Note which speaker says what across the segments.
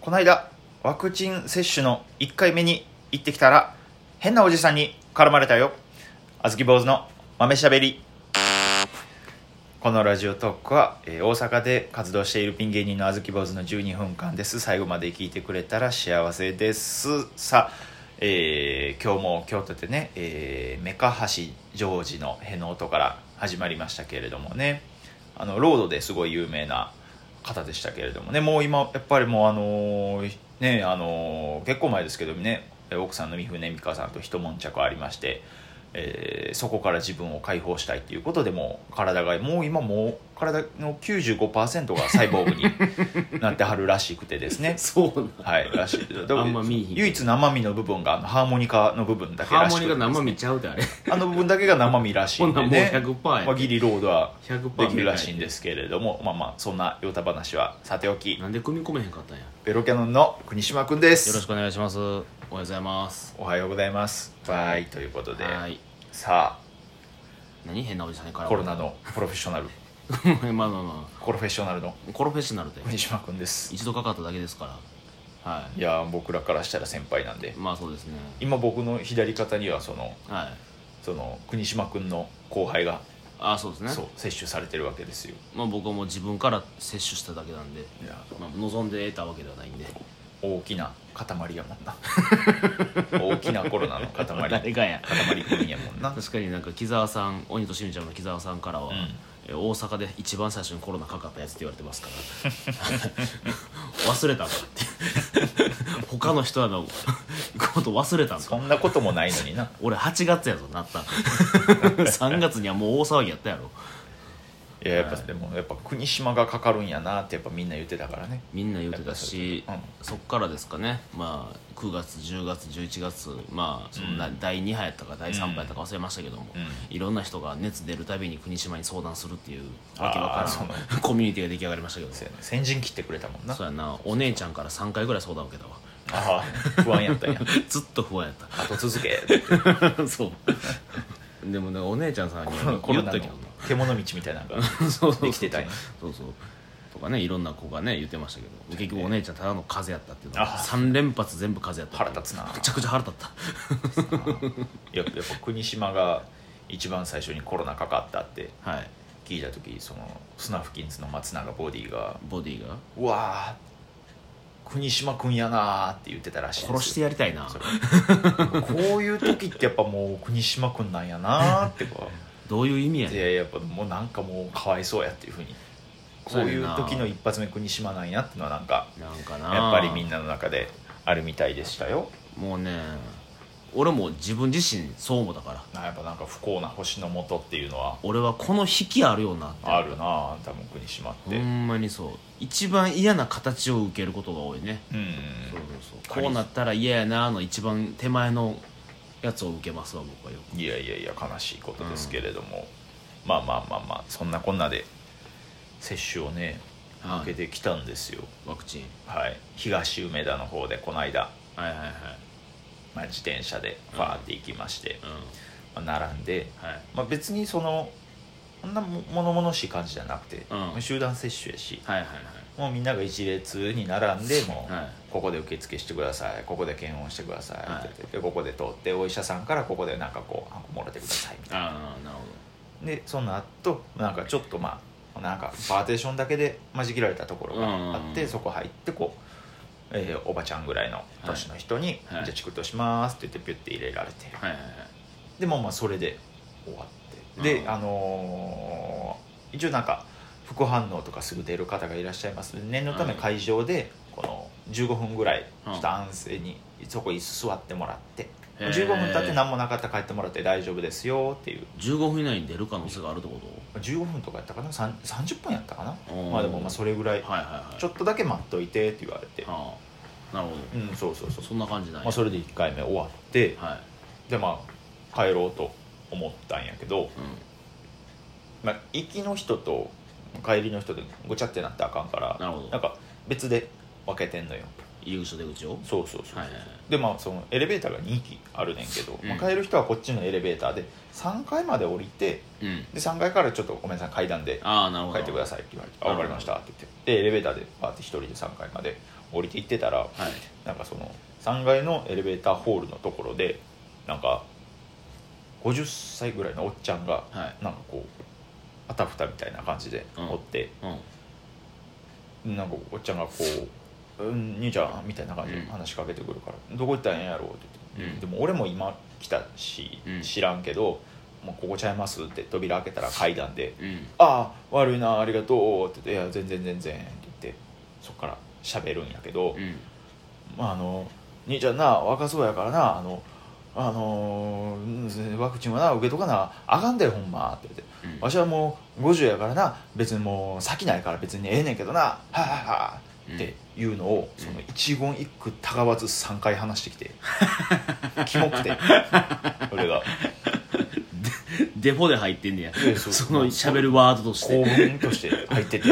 Speaker 1: この間ワクチン接種の1回目に行ってきたら変なおじさんに絡まれたよあずき坊主の豆しゃべりこのラジオトークは、えー大阪で活動しているピン芸人のあずき坊主の12分間です最後まで聞いてくれたら幸せですさあ、えー今日も京都でね、えー、メカハシジョージのへの音から始まりましたけれどもねあのロードですごい有名な方でしたけれどもねもう今やっぱりもうあのーねあのー結構前ですけどね奥さんの三船美香さんと一悶着ありまして、えーそこから自分を解放したいということでもう体がもう今もう体の95%がサイボーグになってはるらしくてです ね
Speaker 2: そう
Speaker 1: はいらしいだから
Speaker 2: あんま見えへんけど
Speaker 1: 唯一生身の部分があのハーモニカの部分だけ
Speaker 2: ハ
Speaker 1: ら
Speaker 2: ー
Speaker 1: し
Speaker 2: モ
Speaker 1: く
Speaker 2: ニ
Speaker 1: て
Speaker 2: カ生見ちゃうであれ
Speaker 1: あの部分だけが生身らしいんでね
Speaker 2: ほんならもう100%や
Speaker 1: まあ、ギリロードは
Speaker 2: 100%
Speaker 1: できるらしいんですけれどもまあまあそんなヨタ話はさておき
Speaker 2: なんで組み込めへんかったんやよ
Speaker 1: ベロキャノンの国島くんです
Speaker 2: ろしくお願いしますおはようございます
Speaker 1: おはようございますバイということで
Speaker 2: はい
Speaker 1: さ
Speaker 2: 何変なおじさんにか
Speaker 1: あ
Speaker 2: ら
Speaker 1: コロナのプロフェッショナル
Speaker 2: まあまあま
Speaker 1: プロフェッショナルの
Speaker 2: あコロフェッショナルで
Speaker 1: 国島くんです
Speaker 2: 一度かかっただけですからはい
Speaker 1: やー僕らからしたら先輩なんで
Speaker 2: いまあそうですね
Speaker 1: 今僕の左肩にはその
Speaker 2: はい
Speaker 1: その国島くんの後輩が
Speaker 2: ああそうですね
Speaker 1: そう接種されてるわけですよ
Speaker 2: まあ僕はもう自分から接種しただけなんで
Speaker 1: いや
Speaker 2: まあ望んで得たわけではないんで
Speaker 1: 大きな塊やもんな 大きなコロナの 塊
Speaker 2: 誰
Speaker 1: 塊
Speaker 2: がや
Speaker 1: くんやもんな
Speaker 2: 確かになんか木澤さん鬼としみちゃんの木澤さんからは、
Speaker 1: ん
Speaker 2: え大阪で一番最初にコロナかかったやつって言われてますから 忘れたんだって他の人らのこと忘れたんだ
Speaker 1: そんなこともないのにな
Speaker 2: 俺8月やぞなったん 3月にはもう大騒ぎやったやろ
Speaker 1: いややっぱでもやっぱ国島がかかるんやなってやっぱみんな言ってたからね
Speaker 2: みんな言ってたし、
Speaker 1: うん
Speaker 2: そっからですかね、まあ、9月10月11月、まあそんな第2波やったか第3波やったか忘れましたけども、
Speaker 1: う
Speaker 2: いろんな人が熱出るたびに国島に相談するっていう
Speaker 1: あー
Speaker 2: わけわか
Speaker 1: そうなん
Speaker 2: らんコミュニティが出来上がりましたけど
Speaker 1: そうやね先陣切ってくれたもんな
Speaker 2: そうやなお姉ちゃんから3回ぐらい相談を受け たわ
Speaker 1: ああ不安やったんや
Speaker 2: ずっと不安やっ
Speaker 1: 後続 け
Speaker 2: たそうでもねお姉ちゃんさんに
Speaker 1: このコ
Speaker 2: 言
Speaker 1: ロ
Speaker 2: っ
Speaker 1: ナ
Speaker 2: た
Speaker 1: の
Speaker 2: けどな
Speaker 1: 獣道みたいなのが
Speaker 2: そうそうそう
Speaker 1: できてたんや
Speaker 2: そうそうとかねいろんな子がね言ってましたけど結局お姉ちゃんただの風邪やったっていうの
Speaker 1: あ
Speaker 2: は3連発全部風邪やった
Speaker 1: 腹 立つな
Speaker 2: めちゃくちゃ腹立った
Speaker 1: やっぱやっぱ国島が一番最初にコロナかかったって
Speaker 2: はい
Speaker 1: 聞いた時そのスナフキンズの松永ボディが
Speaker 2: ボディが
Speaker 1: 「うわあ国島くんやな」って言ってたらしいですよ
Speaker 2: 殺してやりたいな
Speaker 1: それこういう時ってやっぱもう国島くんなんやなってこう
Speaker 2: ど ういう意味や
Speaker 1: い
Speaker 2: ねん
Speaker 1: ややっぱもうなんかもうかわいそうやっていうふうにこういう時の一発目国島なんやっていうのはなんか
Speaker 2: なんかな
Speaker 1: やっぱりみんなの中であるみたいでしたよ
Speaker 2: もうね俺も自分自身そう思ったから
Speaker 1: なやっぱなんか不幸な星の下っていうのは
Speaker 2: 俺はこの引きあるよなって
Speaker 1: あるなあ多分国島って
Speaker 2: ほんまにそう一番嫌な形を受けることが多いね、
Speaker 1: うん
Speaker 2: そうそうそうこうなったら嫌やなの一番手前のやつを受けますわ僕はよく
Speaker 1: いやいやいや悲しいことですけれども、まあまあまあまあそんなこんなで接種をね
Speaker 2: はい
Speaker 1: 受けてきたんですよ
Speaker 2: ワクチン
Speaker 1: はい東梅田の方でこの間、
Speaker 2: はいはいはい
Speaker 1: まあ、自転車でファーって行きまして
Speaker 2: う、ん
Speaker 1: まあ、並んで
Speaker 2: はい
Speaker 1: まあ、別にそのこんなも物々しい感じじゃなくて、
Speaker 2: うん
Speaker 1: 集団接種やし
Speaker 2: はいはいはい
Speaker 1: もうみんなが一列に並んでもう、
Speaker 2: はい
Speaker 1: ここで受付してくださいここで検温してくださいって
Speaker 2: はい
Speaker 1: 言って、でここで通ってお医者さんからここでなんかこうハンコもらってくださいみたい
Speaker 2: ああなるほ
Speaker 1: なでその後なんかちょっとまあなんかパーテーションだけで間仕切られたところがあって、
Speaker 2: うん
Speaker 1: そこ入ってこう。えーおばちゃんぐらいの年の人に「
Speaker 2: はいはい
Speaker 1: じゃあチクッとします」って言ってピュッて入れられて、
Speaker 2: どはいはいはい
Speaker 1: でもまあそれで終わってで、
Speaker 2: うん
Speaker 1: あのー一応なんか副反応とかすぐ出る方がいらっしゃいますので念のため
Speaker 2: うん
Speaker 1: 会場でこの15分ぐらいち
Speaker 2: うん
Speaker 1: ょっと安静にそこ椅子座ってもらって、
Speaker 2: へー
Speaker 1: 15分経って何もなかったら帰ってもらって大丈夫ですよっていう
Speaker 2: 15分以内に出る可能性があるってこと
Speaker 1: 15分とかやったかなさん30分やったかな
Speaker 2: おー
Speaker 1: まあでもまあそれぐらい
Speaker 2: はいはいはい
Speaker 1: ちょっとだけ待っといてって言われて
Speaker 2: ああなるほ
Speaker 1: うんそうそうそ
Speaker 2: ど
Speaker 1: う、
Speaker 2: そんな感じなんや
Speaker 1: まあ、それで1回目終わって
Speaker 2: はい
Speaker 1: でまあ帰ろうと思ったんやけど
Speaker 2: うん
Speaker 1: まあ、行きの人と帰りの人でごちゃってなったらあかんから
Speaker 2: なるほど
Speaker 1: んか別で分けてんのよ
Speaker 2: 入り口と出口を
Speaker 1: そうそうそう、
Speaker 2: はいはいはい
Speaker 1: でまあそのエレベーターが2基あるねんけど、
Speaker 2: うん
Speaker 1: まあ、帰る人はこっちのエレベーターで3階まで降りて
Speaker 2: うん
Speaker 1: で3階からちょっとごめんなさい階段で
Speaker 2: ああなるほど
Speaker 1: 帰ってくださいって言われて「あ分かりました」
Speaker 2: な
Speaker 1: って言ってでエレベーターでバーって1人で3階まで降りて行ってたら
Speaker 2: はい
Speaker 1: なんかその3階のエレベーターホールのところでなんか50歳ぐらいのおっちゃんが
Speaker 2: はい
Speaker 1: なんかこうあたふたみたいな感じで
Speaker 2: うん
Speaker 1: おって、
Speaker 2: うん
Speaker 1: なんかおっちゃんがこう「うん兄ちゃん」みたいな感じで
Speaker 2: うん
Speaker 1: 話しかけてくるから「どこ行ったんやろ?」って言って、
Speaker 2: うん
Speaker 1: でも俺も今来たし
Speaker 2: うん
Speaker 1: 知らんけど「もうここちゃいます」って扉開けたら階段で
Speaker 2: うん
Speaker 1: ああ悪いなありがとう」って言って「いや全然全然」って言ってそっから喋るんやけど、
Speaker 2: うん
Speaker 1: まあ、あの兄ちゃんな若そうやからなあの、あのうんワクチンはな受けとかなあかんでほんま」って言って
Speaker 2: うん
Speaker 1: 「わしはもう50やからな別にもう先ないから別にええねんけどなはあはあはあ」っていうのを
Speaker 2: うん
Speaker 1: その一言一句たがわず3回話してき てキモくて俺が
Speaker 2: デフォで入ってんねや
Speaker 1: いやそう
Speaker 2: その喋るワードとして
Speaker 1: 公文として入ってて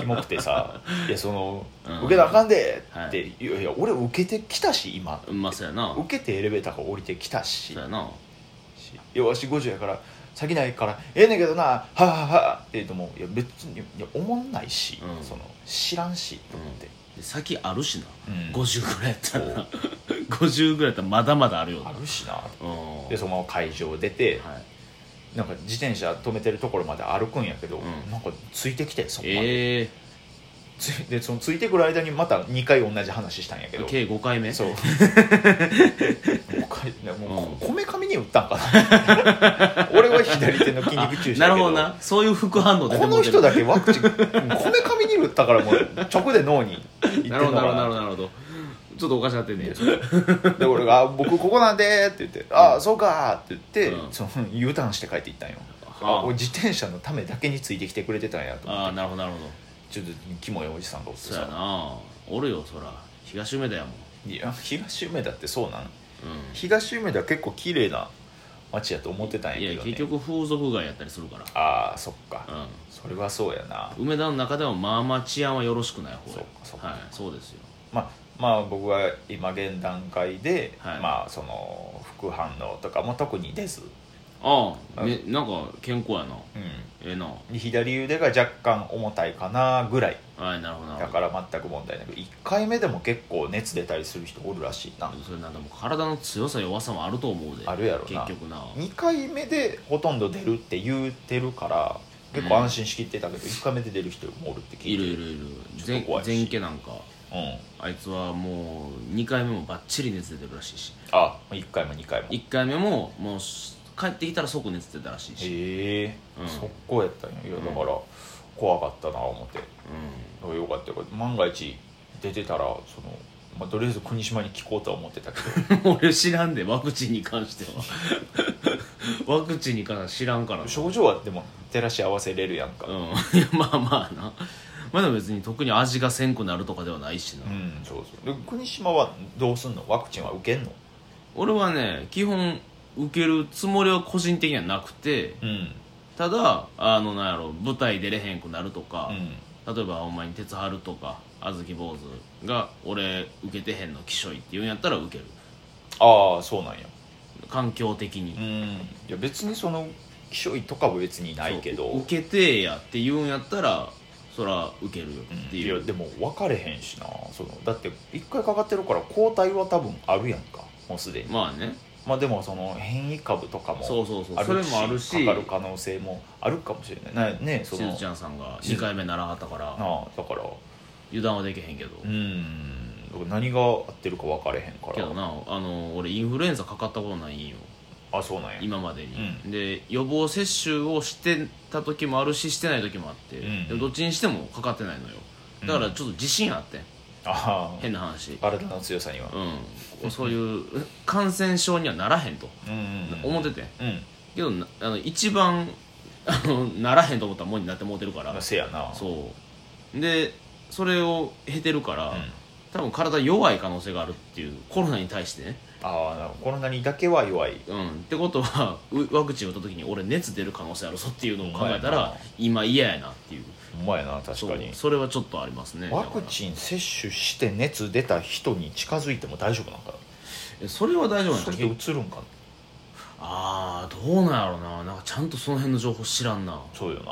Speaker 1: キモくてさ「いやその、
Speaker 2: うん
Speaker 1: 受けなあかんで」
Speaker 2: はい
Speaker 1: って、いやいや俺受けてきたし今
Speaker 2: うんまあそうやな
Speaker 1: 受けてエレベーターから降りてきたし
Speaker 2: そうやな
Speaker 1: よわし50やから先ないからええねんけどなはあはあはあって言うともいや別にいや思んないし、
Speaker 2: うん
Speaker 1: その知らんしと思って、
Speaker 2: で先あるしな
Speaker 1: うん
Speaker 2: 50ぐらいやった らな50ぐらいやったらまだまだあるよな
Speaker 1: あるしな
Speaker 2: うん
Speaker 1: でそのまま会場出て、
Speaker 2: はい
Speaker 1: なんか自転車止めてるところまで歩くんやけど、
Speaker 2: うん
Speaker 1: なんかついてきてそこまで、
Speaker 2: ええ
Speaker 1: ついでそのついてくる間にまた2回同じ話したんやけど
Speaker 2: 計5回目
Speaker 1: そう もう一回もう
Speaker 2: うん
Speaker 1: ここめかみに打ったんかな俺は左手の筋肉注射
Speaker 2: な
Speaker 1: や
Speaker 2: る
Speaker 1: け
Speaker 2: ほどなそういう副反応出て
Speaker 1: こ
Speaker 2: も
Speaker 1: の
Speaker 2: うてる
Speaker 1: 人だけワクチンこめかみに打ったからもう直で脳に行ってん
Speaker 2: なるほ
Speaker 1: の
Speaker 2: どなるほどな
Speaker 1: か
Speaker 2: るほどなるほどちょっとおかしなってんね
Speaker 1: なで俺があ「僕ここなんで」って言って「ああそうか」って言って、
Speaker 2: うん
Speaker 1: その U ターンして帰っていったんよ
Speaker 2: あ
Speaker 1: あ俺自転車のためだけについてきてくれてたんやと
Speaker 2: ああなるほどなるほど
Speaker 1: ちょっとキモいおじさんがおって
Speaker 2: そうや
Speaker 1: さ
Speaker 2: なおるよそら東梅田やもん
Speaker 1: いや東梅田ってそうなん
Speaker 2: う
Speaker 1: 東梅田結構綺麗な街やと思ってたんや
Speaker 2: んい
Speaker 1: け
Speaker 2: や
Speaker 1: ど、ね、
Speaker 2: 結局風俗街やったりするから
Speaker 1: ああそっか、
Speaker 2: うん
Speaker 1: それはそうやな
Speaker 2: 梅田の中でもまあまあ治安はよろしくない方
Speaker 1: そ
Speaker 2: や
Speaker 1: うかそうか
Speaker 2: はいそうですよ
Speaker 1: まあまあ僕は今現段階で、
Speaker 2: はい
Speaker 1: まあその副反応とかも特にです、
Speaker 2: ああ
Speaker 1: はい
Speaker 2: ねなんか健康やな
Speaker 1: う、
Speaker 2: ええなん
Speaker 1: 左腕が若干重たいかなぐらい
Speaker 2: はいなるほどなる
Speaker 1: だ
Speaker 2: ほど
Speaker 1: から全く問題なく1回目でも結構熱出たりする人おるらしいな
Speaker 2: それなんでも体の強さ弱さもあると思うで
Speaker 1: あるやろな
Speaker 2: 結局な
Speaker 1: 2回目でほとんど出るって言うてるから結構安心しきってたけど、1回目で出る人もおるって聞
Speaker 2: い
Speaker 1: いて
Speaker 2: るいるいる
Speaker 1: ちょっと
Speaker 2: 前
Speaker 1: 怖いし
Speaker 2: 前家なんか
Speaker 1: うん
Speaker 2: あいつはもう2回目もバッチリ熱出てるらしいし
Speaker 1: あ1回も2回もへ
Speaker 2: 1回目ももうし帰ってきたら即熱出てたらしいし、
Speaker 1: え、
Speaker 2: うん
Speaker 1: 速攻やったんやいやだから怖かったな思って
Speaker 2: う
Speaker 1: よかったよかった万が一出てたらその、まあ、とりあえず国島に聞こうとは思ってたけど
Speaker 2: ん、 俺知らんでワクチンに関して はワクチンに関しては知らんからな
Speaker 1: 症状はでも照らし合わせれるやんか
Speaker 2: うんいやまあまあなまあでも別に特に味がせんくなるとかではないしな、
Speaker 1: うん、そうそうで国島はどうすんのワクチンは受けんの
Speaker 2: 俺はね基本受けるつもりは個人的にはなくて
Speaker 1: うん
Speaker 2: ただあのなんやろ舞台出れへんくなるとか
Speaker 1: う、ん
Speaker 2: 例えばお前に鉄春とかあずき坊主が俺受けてへんのきしょいって言うんやったら受ける
Speaker 1: ああそうなんや
Speaker 2: 環境的に、
Speaker 1: うんいや別にその気象医とかは別にないけど
Speaker 2: そう受けてやって言うんやったらそら受けるよ
Speaker 1: うん
Speaker 2: って
Speaker 1: い
Speaker 2: いう、
Speaker 1: やでも分かれへんしなそのだって1回かかってるから抗体は多分あるやんかもうすでに
Speaker 2: まあね
Speaker 1: まあでもその変異株とかも
Speaker 2: そうそうそ
Speaker 1: あ
Speaker 2: うそれ
Speaker 1: るし
Speaker 2: もあるし
Speaker 1: かかる可能性もあるかもしれないなねそ
Speaker 2: し
Speaker 1: の
Speaker 2: ずちゃんさんが2回目ならはったか
Speaker 1: あ
Speaker 2: ら
Speaker 1: あだから
Speaker 2: 油断はできへんけど、
Speaker 1: うんだから何が合ってるか分かれへんから
Speaker 2: けどなあの俺インフルエンザかかったことないんよ
Speaker 1: あそうなんや
Speaker 2: 今までに、で予防接種をしてた時もあるししてない時もあって、
Speaker 1: うん
Speaker 2: でもどっちにしてもかかってないのよだからちょっと自信あってん、
Speaker 1: ああ
Speaker 2: 変な話
Speaker 1: 体の強さには
Speaker 2: うんそういう感染症にはならへんと
Speaker 1: うんうんうん
Speaker 2: 思っててん
Speaker 1: うん
Speaker 2: けどなあの一番あのならへんと思ったもんになってもうてるから
Speaker 1: まあせやな
Speaker 2: そうでそれを経てるから、
Speaker 1: ん
Speaker 2: 多分体弱い可能性があるっていうコロナに対してね、
Speaker 1: ああなるほどコロナにだけは弱い
Speaker 2: うん、ってことはうワクチン打った時に俺熱出る可能性あるぞっていうのを考えた
Speaker 1: ほんまや
Speaker 2: ら
Speaker 1: な
Speaker 2: 今嫌やなっていう
Speaker 1: んまやな確
Speaker 2: そう
Speaker 1: かに
Speaker 2: それはちょっとありますね
Speaker 1: ワクチン接種して熱出た人に近づいても大丈夫なんか
Speaker 2: ンそれは大丈
Speaker 1: な
Speaker 2: 夫なん
Speaker 1: そ
Speaker 2: だ
Speaker 1: れでうつるんかな
Speaker 2: ああどうなんやろうななんかちゃんとその辺の情報知らんな
Speaker 1: そうよな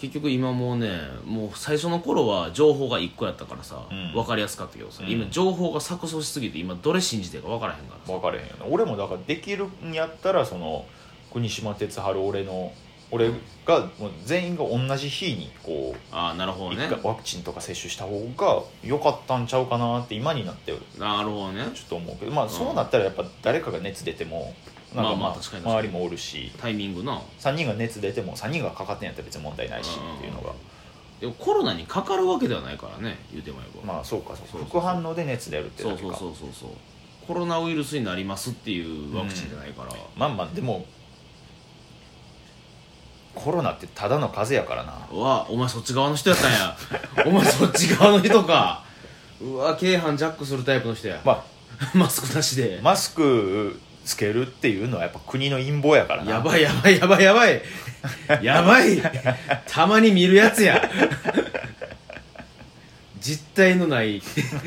Speaker 2: 結局今もうねもう最初の頃は情報が1個やったからさ、
Speaker 1: うん
Speaker 2: 分かりやすかったけどさ、
Speaker 1: うん
Speaker 2: 今情報が錯綜しすぎて今どれ信じてるか分からへんからさ
Speaker 1: 分かれへんよな俺もだからできるんやったらその国島哲治俺の俺がもう全員が同じ日にこう
Speaker 2: ああなるほど
Speaker 1: 一
Speaker 2: ね
Speaker 1: 回ワクチンとか接種した方が良かったんちゃうかなって今になってる
Speaker 2: なるほどね
Speaker 1: ちょっと思うけどまあそうなったらやっぱ誰かが熱出てもなんか
Speaker 2: まあま
Speaker 1: ま
Speaker 2: あ
Speaker 1: あ
Speaker 2: 確かに
Speaker 1: 周りもおるし
Speaker 2: タイミングな
Speaker 1: 3人が熱出ても3人がかかってんやったら別に問題ないし
Speaker 2: うん
Speaker 1: っていうのが
Speaker 2: でもコロナにかかるわけではないからね言うてもらえば、
Speaker 1: まあそうかそう
Speaker 2: そうそうそう
Speaker 1: 副反応で熱出るって
Speaker 2: そ
Speaker 1: だ
Speaker 2: う
Speaker 1: け
Speaker 2: そう
Speaker 1: か
Speaker 2: そうそうそうコロナウイルスになりますっていうワクチンじゃないから、
Speaker 1: まあまあでもコロナってただの風邪やからな
Speaker 2: わお前そっち側の人やったんや お前そっち側の人かうわ京阪ジャックするタイプの人や、
Speaker 1: ま
Speaker 2: マスクなしで
Speaker 1: あマスクつけるっていうのはやっぱ国の陰謀やからな
Speaker 2: やばいやばいやばいやば いやばいたまに見るやつや実体のない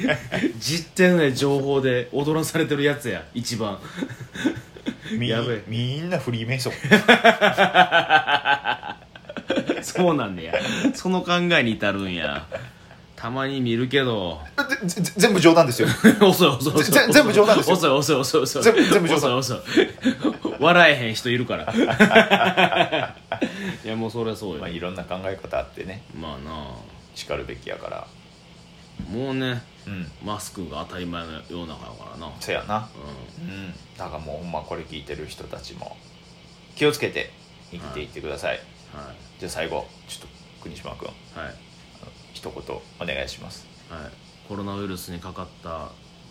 Speaker 2: 実体のない情報で踊らされてるやつや一番
Speaker 1: み
Speaker 2: やばい
Speaker 1: みんなフリーメイソン
Speaker 2: そうなんだやその考えに至るんやたまに見る けど
Speaker 1: ぜぜ全部冗談ですよ
Speaker 2: 遅い遅い遅い
Speaker 1: ぜ全部冗談ですよ
Speaker 2: 遅い遅い遅い遅い
Speaker 1: 全部全部冗談
Speaker 2: 遅い遅い笑えへん人いるから いやもうそりゃそうよ
Speaker 1: まあいろんな考え方あってね
Speaker 2: まあなあ
Speaker 1: しかるべきやから
Speaker 2: もうね
Speaker 1: うん
Speaker 2: マスクが当たり前の世の中だからな、うん、
Speaker 1: そやなうんだからもうほんまこれ聞いてる人たちも気をつけて生きていってください、
Speaker 2: は
Speaker 1: じゃあ最後ちょっと国島君
Speaker 2: いはい
Speaker 1: 一言お願いします
Speaker 2: はいコロナウイルスにかかった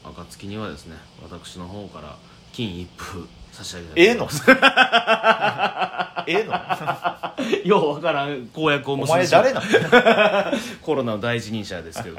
Speaker 2: 暁にはですね私の方から金一封差し上げたい
Speaker 1: ええの ええの
Speaker 2: ようわからん公約 を
Speaker 1: お
Speaker 2: 結んで
Speaker 1: 前
Speaker 2: しまう
Speaker 1: 誰なの
Speaker 2: コロナの第一人者ですけど